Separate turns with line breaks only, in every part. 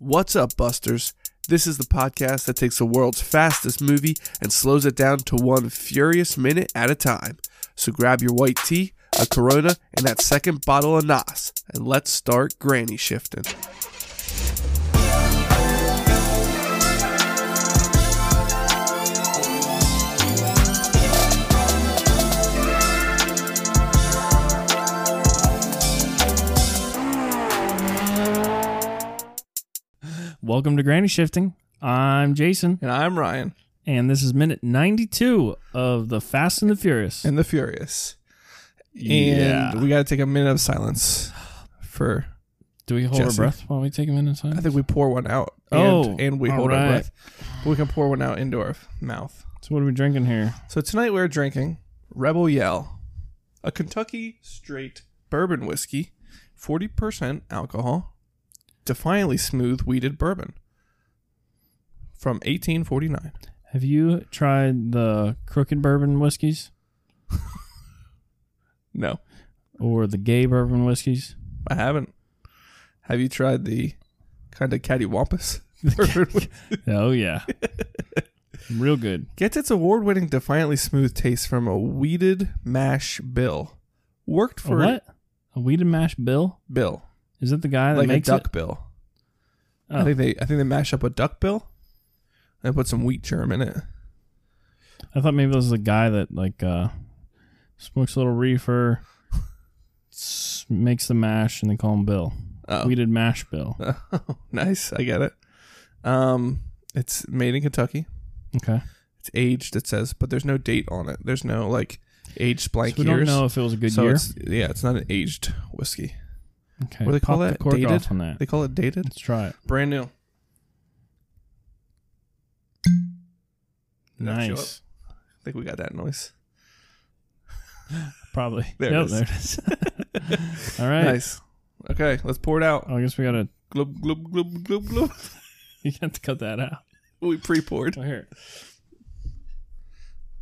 What's up, Busters? This is the podcast that takes the world's fastest movie and slows it down to one furious minute at a time. So grab your white tea, a Corona, and that second bottle of Nas, and let's start granny shifting.
Welcome to Granny Shifting. I'm Jason,
And I'm Ryan,
and this is minute 92 of The Fast and the Furious.
and the Furious. And
Yeah.
we got to take a minute of silence for.
Do we hold
Jesse.
our breath while we take a minute of
I
silence?
think we pour one out. And,
Oh,
and we
all
hold our
right.
breath. But we can pour one out into our f- mouth.
So, what are we drinking here?
So tonight we're drinking Rebel Yell, a Kentucky straight bourbon whiskey, 40% alcohol, defiantly smooth weeded bourbon from 1849.
Have you tried the crooked bourbon whiskeys
No,
or the gay bourbon whiskeys?
I haven't. Have you tried the kind of cattywampus? bourbon whiskey?
Oh, yeah. Real good.
Gets its award winning defiantly smooth taste from a weeded mash bill. Worked
A
for
what? A weeded mash bill?
bill,
Is that the guy that
like a
makes
duck bill.
it? Oh,
I think they I think they mash up a duck bill and put some wheat germ in it.
I thought maybe this was a guy that like uh, smokes a little reefer, s- makes the mash, and they call him Bill.
Oh.
Weeded mash Bill.
nice, I get it. Um it's made in Kentucky.
Okay.
It's aged it says, but there's no date on it. There's no like aged blank
So we
years.
don't know if it was a good
so
year.
it's yeah, it's not an aged whiskey.
Okay.
what do they call
pop
that?
The cork
Dated?
off on that.
They call it dated.
Let's try it.
Brand new. Did that show
Nice.
up? I think we got that noise.
Probably.
There it
Yep,
is.
There it is. All right.
Nice. Okay, let's pour it out.
Oh, I guess we gotta
Glub glub glub glub glub.
you have to cut that out.
we pre-poured.
Oh, here.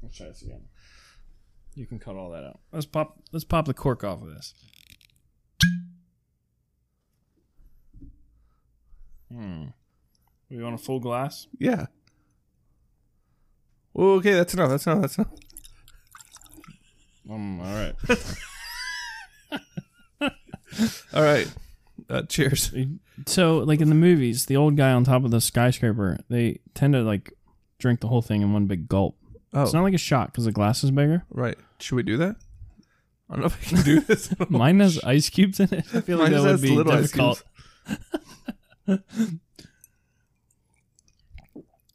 Let's try this again. You can cut all that out. Let's pop. Let's pop the cork off of this. Hmm. We want a full glass.
Yeah. Oh, okay, that's enough. That's enough. That's enough.
Um. All right.
All right. Uh, cheers.
so, like in the movies, the old guy on top of the skyscraper, they tend to like drink the whole thing in one big gulp.
Oh,
It's not like a shot because the glass is bigger.
right. Should we do that? I don't know if I can do this.
Mine has ice cubes in it. I feel
Oh, Mine
like that would
has
be
little ice
difficult.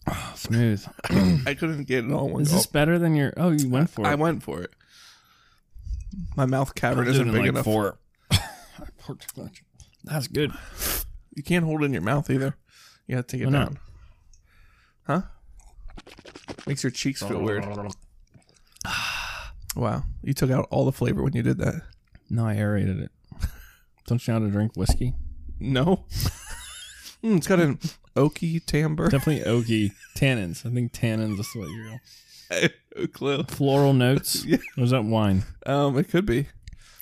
Oh, smooth.
I couldn't get it all in one
Is
go.
this better than your? Oh, you went for it.
I went for it. My mouth
I'll
cavern
do it
isn't
in
big
like
enough.
four. I poured too much. That's good.
You can't hold it in your mouth either. You gotta take it
Why not?
down. Huh? Makes your cheeks feel weird. Wow. You took out all the flavor when you did that.
No, I aerated it. Don't you know how to drink whiskey?
No. Mm, it's got an oaky timbre.
Definitely oaky tannins. I think tannins is what you're.
No clue.
Floral notes.
Yeah.
Or is that wine?
Um, it could be.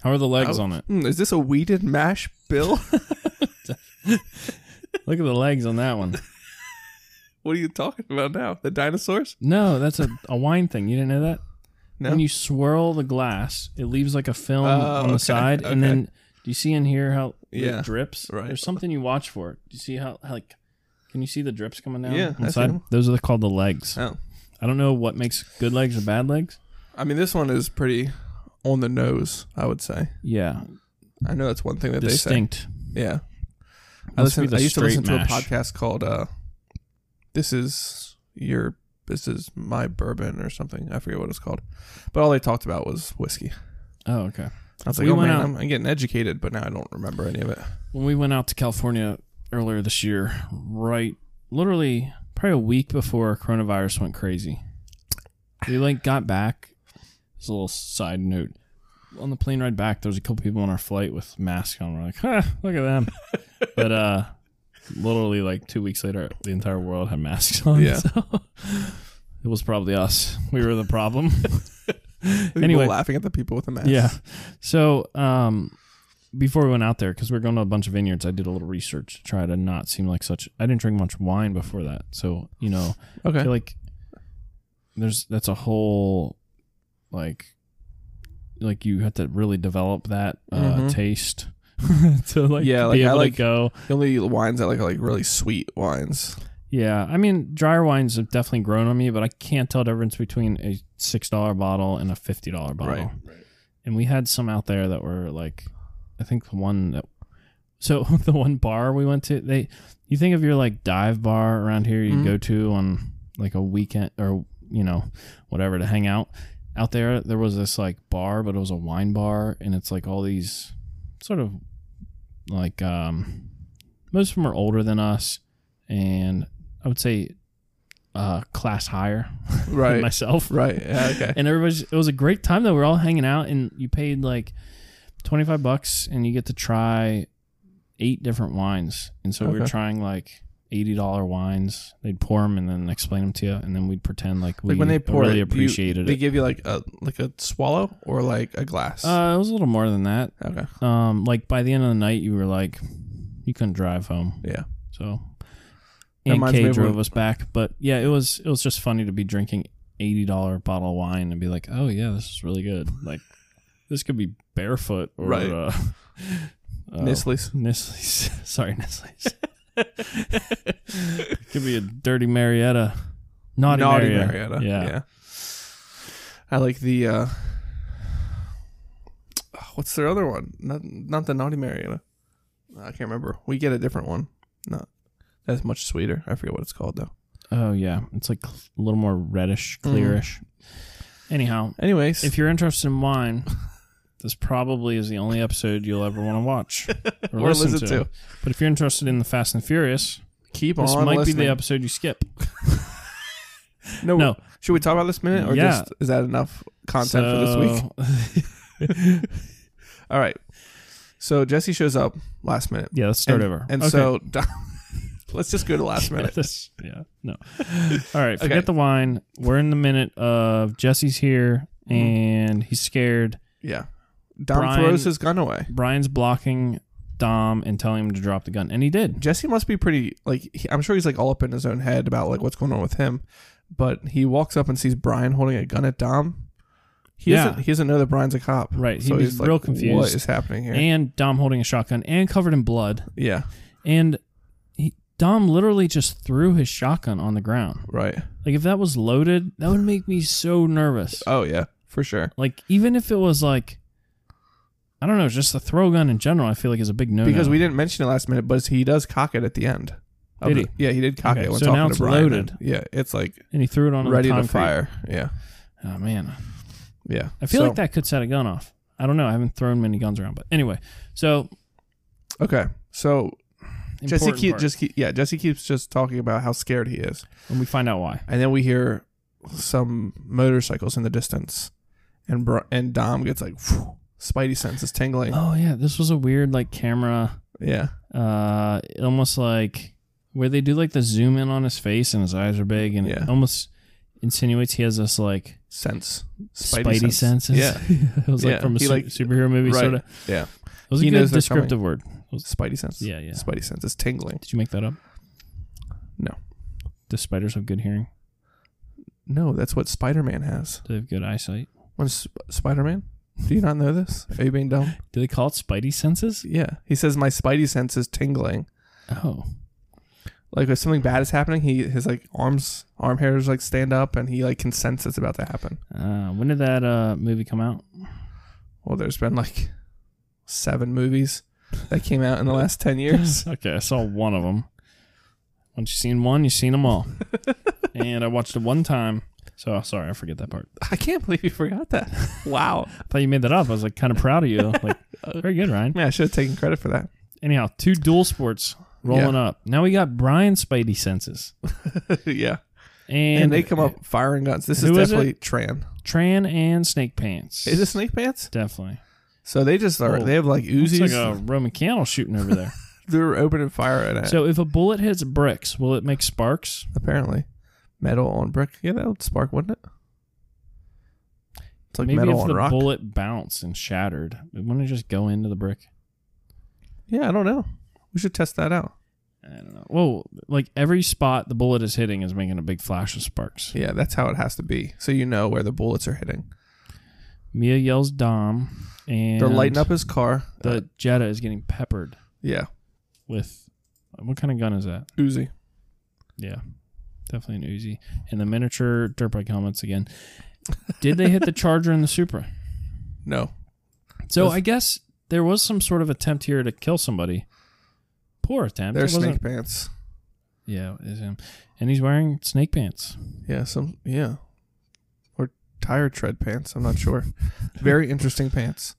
How are the legs on it?
Mm, is this a weeded mash bill?
Look at the legs on that one.
What are you talking about now? The dinosaurs?
No, that's a, a wine thing. You didn't know that?
No.
When you swirl the glass, it leaves like a film
Oh,
on the
okay,
side, and
okay.
then do you see in here how
Yeah,
it drips?
right.
There's something you watch for. Do you see how how, like? Can you see the drips coming down?
Yeah, I see
inside?
them.
those are the, called the legs.
Oh.
I don't know what makes good legs or bad legs.
I mean, this one is pretty on the nose, I would say.
Yeah,
I know that's one thing that
distinct.
they say. Yeah. I,
Must be
listen,
the
I used to listen
straight
to a
mash.
podcast called uh, This Is Your This Is My Bourbon or something. I forget what it's called. But all they talked about was whiskey.
Oh, okay.
I was
We
like, oh
went
man,
out-
I'm, I'm getting educated, but now I don't remember any of it.
When we went out to California earlier this year, right, literally probably a week before coronavirus went crazy, we like got back. It's a little side note. On the plane ride back, there was a couple people on our flight with masks on. We're like, huh, look at them. but uh, literally like two weeks later, the entire world had masks on.
Yeah.
So it was probably us. We were the problem.
People
Anyway.
laughing at the people with the mask.
Yeah. So, um, before we went out there, because we are going to a bunch of vineyards, I did a little research to try to not seem like such. I didn't drink much wine before that, so you know, I
Okay.
feel like there's that's a whole like like you have to really develop that uh,
Mhm.
taste to like
Yeah, like,
be
I
able
like-
to go.
The only wines I like are like really sweet wines.
Yeah, I mean, drier wines have definitely grown on me, but I can't tell the difference between a six dollar bottle and a fifty dollar bottle.
Right.
And we had some out there that were like, I think the one that, so the one bar we went to, they, you think of your like dive bar around here you
Mhm.
go to on like a weekend or you know whatever to hang out. Out there, there was this like bar, but it was a wine bar, and it's like all these sort of like um most of them are older than us and i would say uh class higher than
Right.
myself
Right. Yeah, okay.
and everybody's it was a great time though we were all hanging out and you paid like 25 bucks and you get to try eight different wines and so we were
Okay.
trying like $80 wines they'd pour them and then explain them to you and then we'd pretend like we
like when they pour
really
it, do you-
appreciated
They
it
give you like a like a swallow or like a glass.
uh, it was a little more than that
okay.
um like by the end of the night you were like you couldn't drive home
Yeah.
So
That
and
reminds me
Kay
of
drove
when-
us back, but yeah, it was it was just funny to be drinking eighty dollar bottle of wine and be like, oh yeah, this is really good. Like this could be barefoot or
Right.
uh, uh,
Nestle's.
Nestle's. Sorry, Nestle's. could be a dirty Marietta, naughty,
Naughty
Marietta.
Marietta.
Yeah.
I like the uh what's their other one? Not not the Naughty Marietta. I can't remember. We get a different one. Not that's much sweeter. I forget what it's called though.
Oh yeah, it's like cl- a little more reddish,
Mm.
clearish. Anyhow,
Anyways,
If you're interested in wine, this probably is the only episode you'll ever want to watch or,
Or
listen,
listen
to.
to.
But if you're interested in the Fast and Furious,
keep
this
on
might
listening.
be the episode you skip.
no,
No.
Should we talk about this minute or
Yeah.
just is that enough content for this week?
this week.
All right. So Jesse shows up last minute.
Yeah, let's start
and,
over.
And
Okay.
so let's just go to last minute.
This- yeah, no. All right, forget
Okay.
the wine. We're in the minute of Jesse's here
Mm-hmm.
and he's scared.
Yeah. Dom
Brian-
throws his gun away.
Brian's blocking Dom and telling him to drop the gun, and he did.
Jesse must be pretty like he, I'm sure he's like all up in his own head about like what's going on with him, but he walks up and sees Brian holding a gun at Dom. He
Yeah.
doesn't he doesn't know that Brian's a cop,
Right,
So
he'd be
he's
real
like, What
confused.
is happening here?
And Dom holding a shotgun and covered in blood.
yeah,
And he, Dom literally just threw his shotgun on the ground.
right.
Like if that was loaded, that would make me so nervous.
Oh yeah, for sure.
Like even if it was like, I don't know, just a throw gun in general, I feel like is a big Oh, no.
Because we didn't mention it last minute, but he does cock it at the end. of
Did
the- Yeah, he did cock
Okay,
it. When
so
talking
now
to
it's
Brian,
loaded.
and- Yeah, it's like
and he threw it on
ready
the
to
concrete.
fire. Yeah,
Oh man,
yeah.
I feel
So-
like that could set a gun off. I don't know. I haven't thrown many guns around, but anyway. So
Okay, so Jesse
important
keep,
part.
just keep, yeah Jesse keeps just talking about how scared he is.
and we find out why.
and then we hear some motorcycles in the distance, and Br- and Dom gets like, phew, Spidey sense is tingling.
Oh yeah, this was a weird like camera,
Yeah,
uh, almost like where they do like the zoom in on his face and his eyes are big and
Yeah.
it almost insinuates he has this like
sense.
spidey, senses.
Yeah,
it was like
Yeah,
from a
he,
su-
like-
superhero movie.
right.
Sort of.
Yeah,
It was
He
a good
knows they're
descriptive word.
Spidey sense.
Yeah, yeah.
Spidey sense is tingling.
Did you make that up?
No.
Do spiders have good hearing?
No, that's what Spider Man has.
Do they have good eyesight?
When Sp- Spider Man, do you not know this? Are you being dumb?
Do they call it spidey senses?
Yeah, he says my Spidey sense is tingling.
Oh,
Like if something bad is happening, he his like arms arm hairs like stand up, and he like can sense it's about to happen.
uh, when did that uh, movie come out?
Well, there's been like seven movies that came out in the last ten years.
Okay, I saw one of them. Once you've seen one, you've seen them all. and I watched it one time. So sorry, I forget that part.
I can't believe you forgot that. Wow.
I thought you made that up. I was like kind of proud of you. Like very good, Ryan.
Man, I should have taken credit for that.
Anyhow, two dual sports rolling
Yeah.
up. Now we got Brian Spidey senses.
yeah.
And,
And, they come up firing guns. This is
Who is
definitely Tran.
Tran and Snake Pants.
Is it Snake Pants?
Definitely.
So they just are,
Oh.
they have like
It's
Uzis.
like a Roman candle shooting over there.
They're opening fire at it,
so if a bullet hits bricks, will it make sparks?
apparently. Metal on brick. Yeah, that would spark, wouldn't it? It's like
Maybe
metal
if
on
the
rock.
bullet bounced and shattered, it wouldn't it just go into the brick?
Yeah, I don't know. We should test that out.
I don't know. Whoa, like every spot the bullet is hitting is making a big flash of sparks.
Yeah, that's how it has to be. So you know where the bullets are hitting.
Mia yells Dom, and
They're lighting up his car. Uh,
The Jetta is getting peppered
yeah,
with what kind of gun is that?
Uzi.
Yeah, definitely an Uzi. And the miniature dirt bike helmets again. Did they hit the Charger and the Supra?
No.
So
Those-
I guess there was some sort of attempt here to kill somebody. Poor attempt.
They're
It wasn't-
snake pants.
Yeah, it is him. And he's wearing snake pants.
Yeah, some yeah. Or tire tread pants, I'm not sure. Very interesting pants.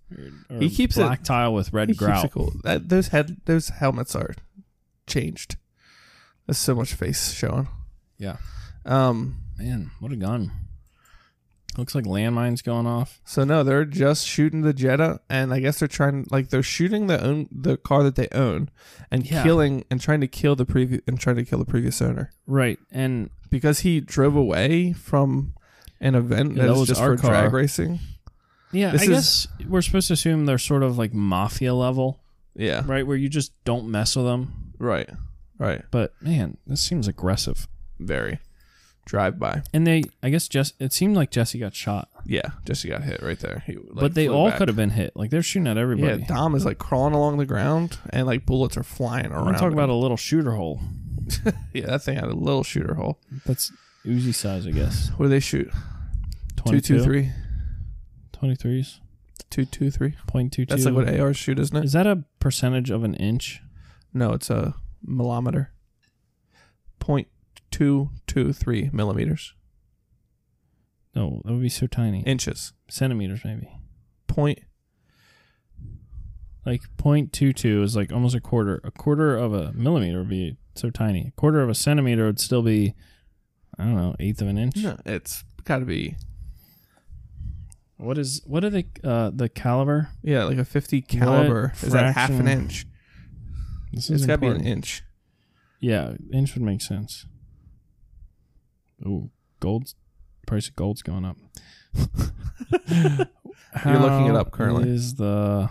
Or
He keeps it-
black tile with red
He keeps
grout.
it cool. That, those head those helmets are changed. There's so much face showing.
Yeah.
Um
Man, what a gun. Looks like landmines going off.
so no, they're just shooting the Jetta and I guess they're trying like they're shooting the own the car that they own and
Yeah.
killing and trying to kill the previous and trying to kill the previous owner.
Right. And
Because he drove away from an event
Yeah,
that
that
is
was
just
our
for drag
car.
racing.
yeah,
This
I
is-
guess we're supposed to assume they're sort of like mafia level,
Yeah.
right? Where you just don't mess with them.
Right. Right.
But man, this seems aggressive.
Very. Drive by.
And they, I guess, just it seemed like Jesse got shot,
Yeah, Jesse got hit right there. He, like,
but they
flew
all
back.
could have been hit. Like they're shooting at
Yeah,
everybody.
Dom is like crawling along the ground, and like bullets are flying
I'm
around.
talking about
him.
a little shooter hole.
yeah, that thing had a little shooter hole.
That's Uzi size, I guess.
What do they shoot? Two
22?
two three.
23s,
Two two three.
0.22.
That's like what ARs shoot, isn't it?
Is that a percentage of an inch?
No, it's a millimeter. Point two two three millimeters.
No, that would be so tiny.
Inches.
Centimeters, maybe.
Point
Like 0.22 is like almost a quarter. A quarter of a millimeter would be so tiny. A quarter of a centimeter would still be, I don't know, eighth of an inch.
no, it's gotta be
What is what are the uh, the caliber?
yeah, like a fifty caliber. Is that half an
fraction?
inch?
This
It's
is
gotta be an
important.
inch.
Yeah, inch would make sense. Oh, gold's price of gold's going up.
You're looking it
How
up currently.
Is the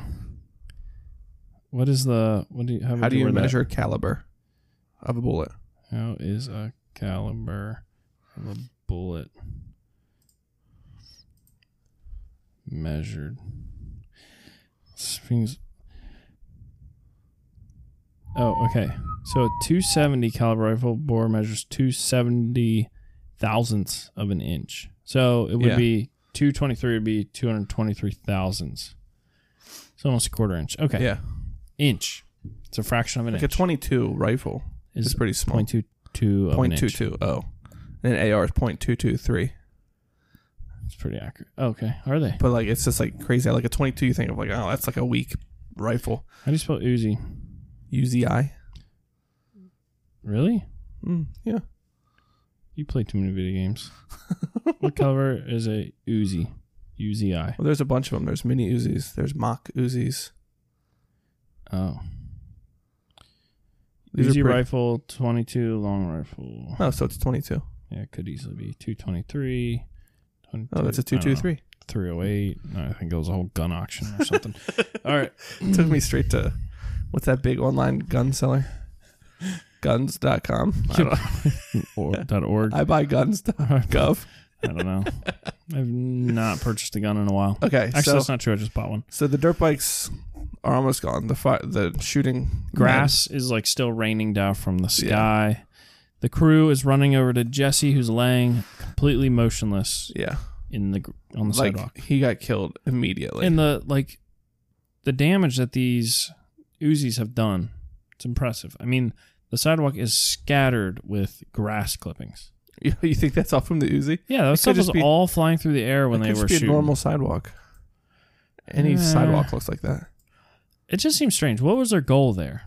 what is the what do you how,
How
would
do you
word that?
measure caliber of a bullet?
How is a caliber of a bullet measured? This means- Oh, okay. So a 270 caliber rifle bore measures 270 thousandths of an inch. So it would
Yeah.
be 223 would be 223 thousandths. It's almost a quarter inch. Okay.
Yeah.
Inch. It's a fraction of an
Like a
inch.
22 rifle is
is
pretty small.
point two two of an
Point
inch.
two two oh, and an AR is point two two three.
It's pretty accurate. Oh, Okay, are they?
But like it's just like crazy. Like a 22, you think of like oh that's like a weak rifle.
How do you spell Uzi?
Uzi.
Really?
Mm, yeah.
You play too many video games. what caliber is a Uzi? Uzi.
Well, there's a bunch of them. There's mini Uzis. There's mock Uzis.
Oh,
These are
Uzi
pretty-
rifle, twenty-two long rifle.
Oh, so it's 22.
Yeah, it could easily be two twenty-three.
Oh, that's a two two three.
Three oh eight. I think it was a whole gun auction or something. All right.
Took me straight to what's that big online gun seller? Guns.com. I, don't know.
Or, dot org. I,
I buy guns.gov.
don't know. I've not purchased a gun in a while.
Okay,
Actually,
so
that's not true. I just bought one.
so the dirt bikes are almost gone. The fi- the shooting
Grass is like still raining down from the sky. The crew is running over to Jesse, who's laying completely motionless
Yeah.
in the gr- on the
like
sidewalk.
he got killed immediately.
And the like, the damage that these Uzis have done, it's impressive. I mean, the sidewalk is scattered with grass clippings.
you, you think that's all from the Uzi?
Yeah, that stuff was
just be-
all flying through the air when
It
they
could
were
just be
shooting.
a normal sidewalk. Any
Uh,
sidewalk looks like that.
It just seems strange. What was their goal there?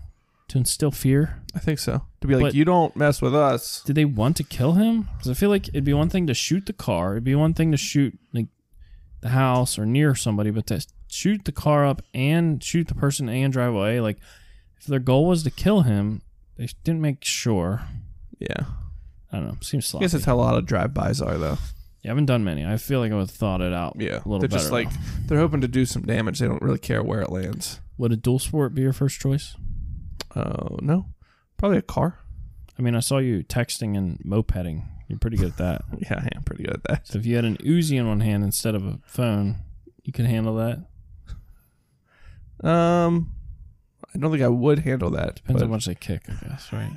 To instill fear?
I think so. To be like,
But-
you don't mess with us.
Did they want to kill him? Because I feel like it'd be one thing to shoot the car. It'd be one thing to shoot like the house or near somebody, but to shoot the car up and shoot the person and drive away. Like if their goal was to kill him, they didn't make sure.
Yeah,
I don't know. Seems
I
sloppy.
guess that's how a lot of drive-bys are, though.
Yeah, I haven't done many. I feel like I would have thought it out
Yeah,
a little
they're
better.
just like they're hoping to do some damage. They don't really care where it lands.
would a dual sport be your first choice?
Oh no, probably a car.
I mean, I saw you texting and mopeding. You're pretty good at that.
Yeah, I am pretty good at that.
so if you had an Uzi in one hand instead of a phone, you could handle that.
Um, I don't think I would handle that.
Depends
but
how much they kick, I guess, right?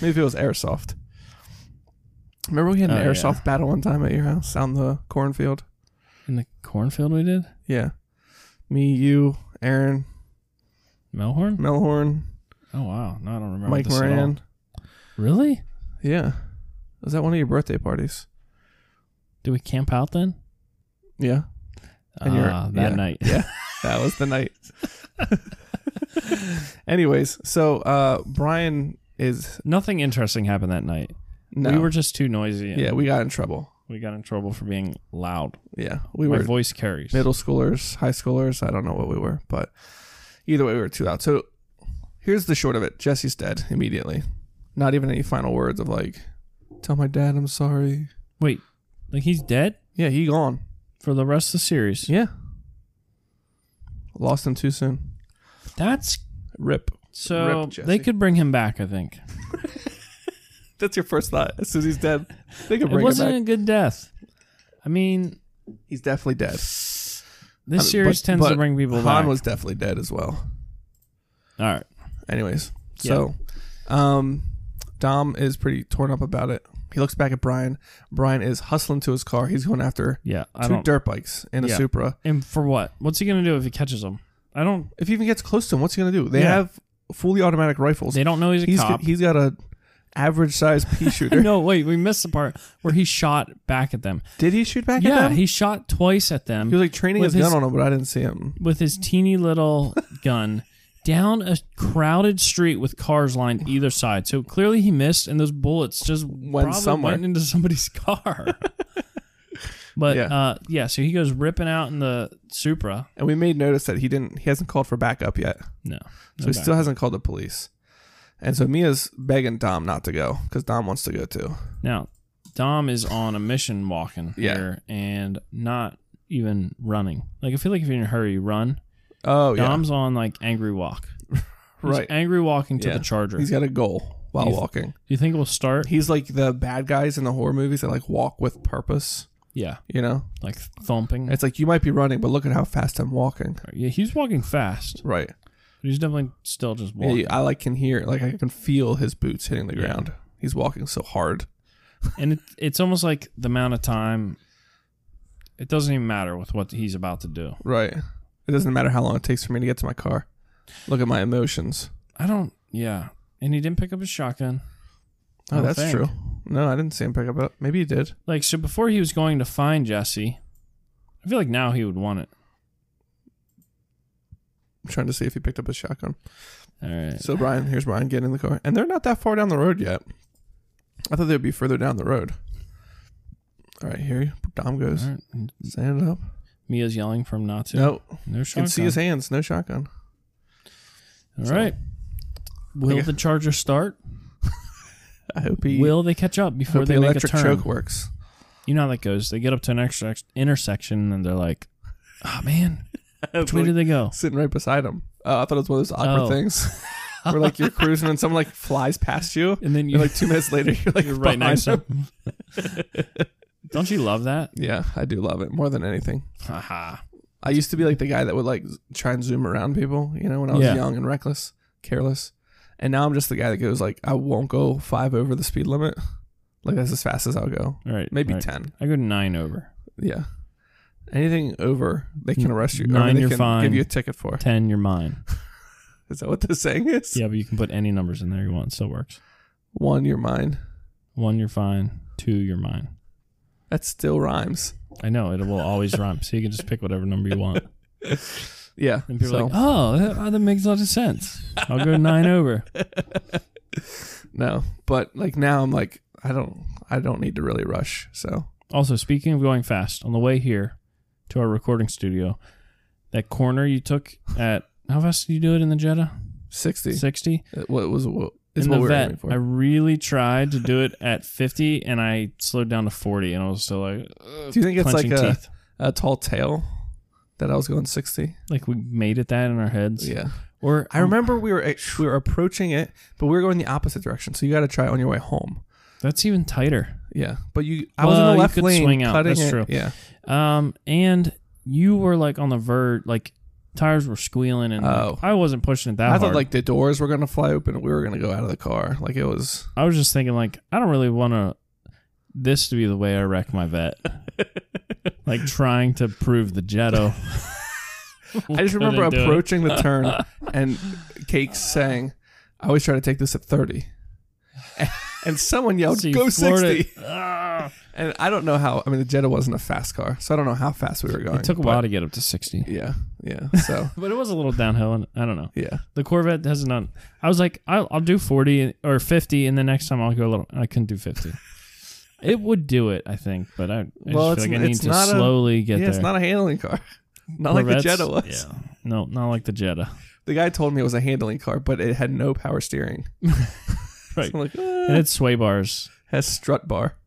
Maybe if it was airsoft. Remember we had an
Oh, yeah.
airsoft battle one time at your house out in the cornfield.
In the cornfield we did?
Yeah, me, you, Aaron,
Melhorn?
Melhorn,
Oh, wow. No, I don't remember.
Mike
this at all.
Moran.
Really?
Yeah, was that one of your birthday parties?
Did we camp out then?
Yeah, And you're-
Ah, that
yeah.
night.
that was the night. Anyways, so uh Brian is
Nothing interesting happened that night.
no.
We were just too noisy. and
yeah, we got in trouble.
we got in trouble for being loud.
Yeah, we
My
were
voice carries.
middle schoolers, high schoolers. I don't know what we were, but either way, we were too loud. So here's the short of it: Jesse's dead immediately. Not even any final words of like, "Tell my dad I'm sorry."
Wait, like he's dead
Yeah, he gone.
for the rest of the series.
Yeah, lost him too soon.
That's
Rip.
so
Rip, Jesse.
they could bring him back. I think
That's your first thought. As soon as he's dead, they can
it
bring him
wasn't
back.
a good death. I mean,
He's definitely dead.
this
I mean,
series
but-
tends
but
to bring people
Han
back.
was definitely dead as well.
All right,
Anyways, so um, Dom is pretty torn up about it. He looks back at Brian. Brian is hustling to his car. He's going after
yeah, I
two
don't.
dirt bikes and a
Yeah.
Supra.
and for what? What's he gonna do if he catches him? I don't.
If he even gets close to him, what's he going to do? They
Yeah.
have fully automatic rifles.
They don't know he's a
he's
cop.
he's got a average size pea shooter.
no, wait, we missed the part where he shot back at them.
Did he shoot back at
Yeah,
them?
he shot twice at them.
he was like training
With
his gun
his-
on him, but I didn't see him.
with his teeny little gun down a crowded street with cars lined either side. So clearly he missed, and those bullets just
Went
probably
somewhere.
went into somebody's car. but
Yeah.
yeah. Uh, yeah, so he goes ripping out in the Supra.
And we made notice that he didn't. He hasn't called for backup yet.
No,
So he still hasn't called the police. And so Mia's begging Dom not to go because Dom wants to go too.
now Dom is on a mission walking
Yeah.
here and not even running. Like I feel like if you're in a hurry, you run.
Oh, yeah.
Dom's on like angry walk. He's
Right.
angry walking to
Yeah.
the charger.
He's got a goal while
He's-
walking.
Do you think it will start?
He's like the bad guys in the horror movies that like walk with purpose,
yeah,
you know?
like thumping.
It's like you might be running, but look at how fast I'm walking.
Yeah, he's walking fast.
Right.
But he's definitely still just
Yeah,
walking.
I like can hear like I can feel his boots hitting the
Yeah.
ground. He's walking so hard.
And it, it's almost like the amount of time. It doesn't even matter with what he's about to do.
Right. It doesn't matter how long it takes for me to get to my car. Look at my emotions.
I don't. Yeah. And he didn't pick up his shotgun. I
Oh,
don't
that's
think.
true. No, I didn't see him pick up. it. Maybe he did.
Like, so before he was going to find Jesse, I feel like now he would want it.
I'm trying to see if he picked up his shotgun.
All right.
So Brian, here's Brian getting in the car, and they're not that far down the road yet. I thought they'd be further down the road. All right, here Dom goes.
All right. And
Stand up.
Mia's yelling for him not to.
No,
No
you
shotgun.
can see his hands. No shotgun.
All right. Will
Yeah.
the charger start?
I hope he.
Will they catch up
I
before
hope the
they make a
electric
turn?
choke works.
You know how that goes. They get up to an extra intersection and they're like, "Oh man, which way did they go?"
Sitting right beside him. Uh, I thought it was one of those awkward
Oh.
things where like you're cruising and someone like flies past you,
And then
and
you
like two minutes later you're like
You're right
behind
next to
him.
him. Don't you love that?
Yeah, I do love it more than anything.
Haha.
I used to be like the guy that would like z- try and zoom around people, you know, when I was
Yeah.
young and reckless, careless. And now I'm just the guy that goes like, I won't go five over the speed limit. Like that's as fast as I'll go.
All right.
Maybe
all right.
ten.
I go to nine over.
Yeah. Anything over, they can arrest you. or
nine,
they
you're
can
fine.
Give you a ticket for.
Ten, you're mine.
Is that what the saying is?
Yeah, but you can put any numbers in there you want. It still works.
One, you're mine.
One, you're fine. Two, you're mine.
That still rhymes.
I know it will always rhyme, so you can just pick whatever number you want.
Yeah.
And people
so,
are like, "Oh, that, oh, that makes a lot of sense." I'll go nine over.
no. But like now I'm like, I don't I don't need to really rush. So
Also, speaking of going fast, on the way here to our recording studio, that corner you took at how fast did you do it in the Jetta?
sixty.
Sixty.
What was what, Is
in
what
the
we're
vet,
aiming for.
I really tried to do it at 50 and I slowed down to 40 and I was still like, uh,
Do you think it's like
clenching
a,
teeth.
a tall tale that I was going 60?
Like we made it that in our heads.
Yeah.
Or
I remember we were we were approaching it, but we were going the opposite direction. So you got to try it on your way home.
oh, that's even tighter.
Yeah, but you I was in
Well,
the
you
left
could
lane
swing out.
cutting
That's
it.
true.
Yeah,
Um, and you were like on the verge, like tires were squealing and like,
Oh.
I wasn't pushing it that
I
hard.
thought like the doors were gonna fly open. and We were gonna go out of the car. Like it was.
I was just thinking like I don't really want to this to be the way I wreck my vet. like trying to prove the Jetto.
I just remember approaching the turn and Cakes saying, "I always try to take this at 30. And someone yelled, "Go 60.
It.
And I don't know how. I mean, the Jetta wasn't a fast car, so I don't know how fast we were going.
It took a
but-
while to get up to sixty,
Yeah, yeah. So
but it was a little downhill, and I don't know.
yeah,
The Corvette has not. I was like, I'll, I'll do forty or fifty, and the next time I'll go a little. I couldn't do fifty. it would do it, I think, but I, I
Well, it's-
just feel like I need
it's
to
not a-
slowly
yeah.
get there.
It's not a handling car. Not like the
Corvettes-
Jetta was.
Yeah, no, not like the Jetta.
The guy told me it was a handling car, but it had no power steering.
Right.
So I'm like,
It
"Ah."
had sway bars,
has strut bar.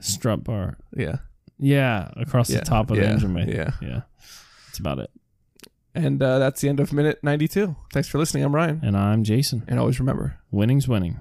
strut bar,
Yeah.
Yeah, across
Yeah,
the top of
yeah,
the engine bay.
yeah.
yeah. That's about it.
And uh, that's the end of minute 92. Thanks for listening. I'm Ryan.
And I'm Jason.
And always remember,
Winning's winning.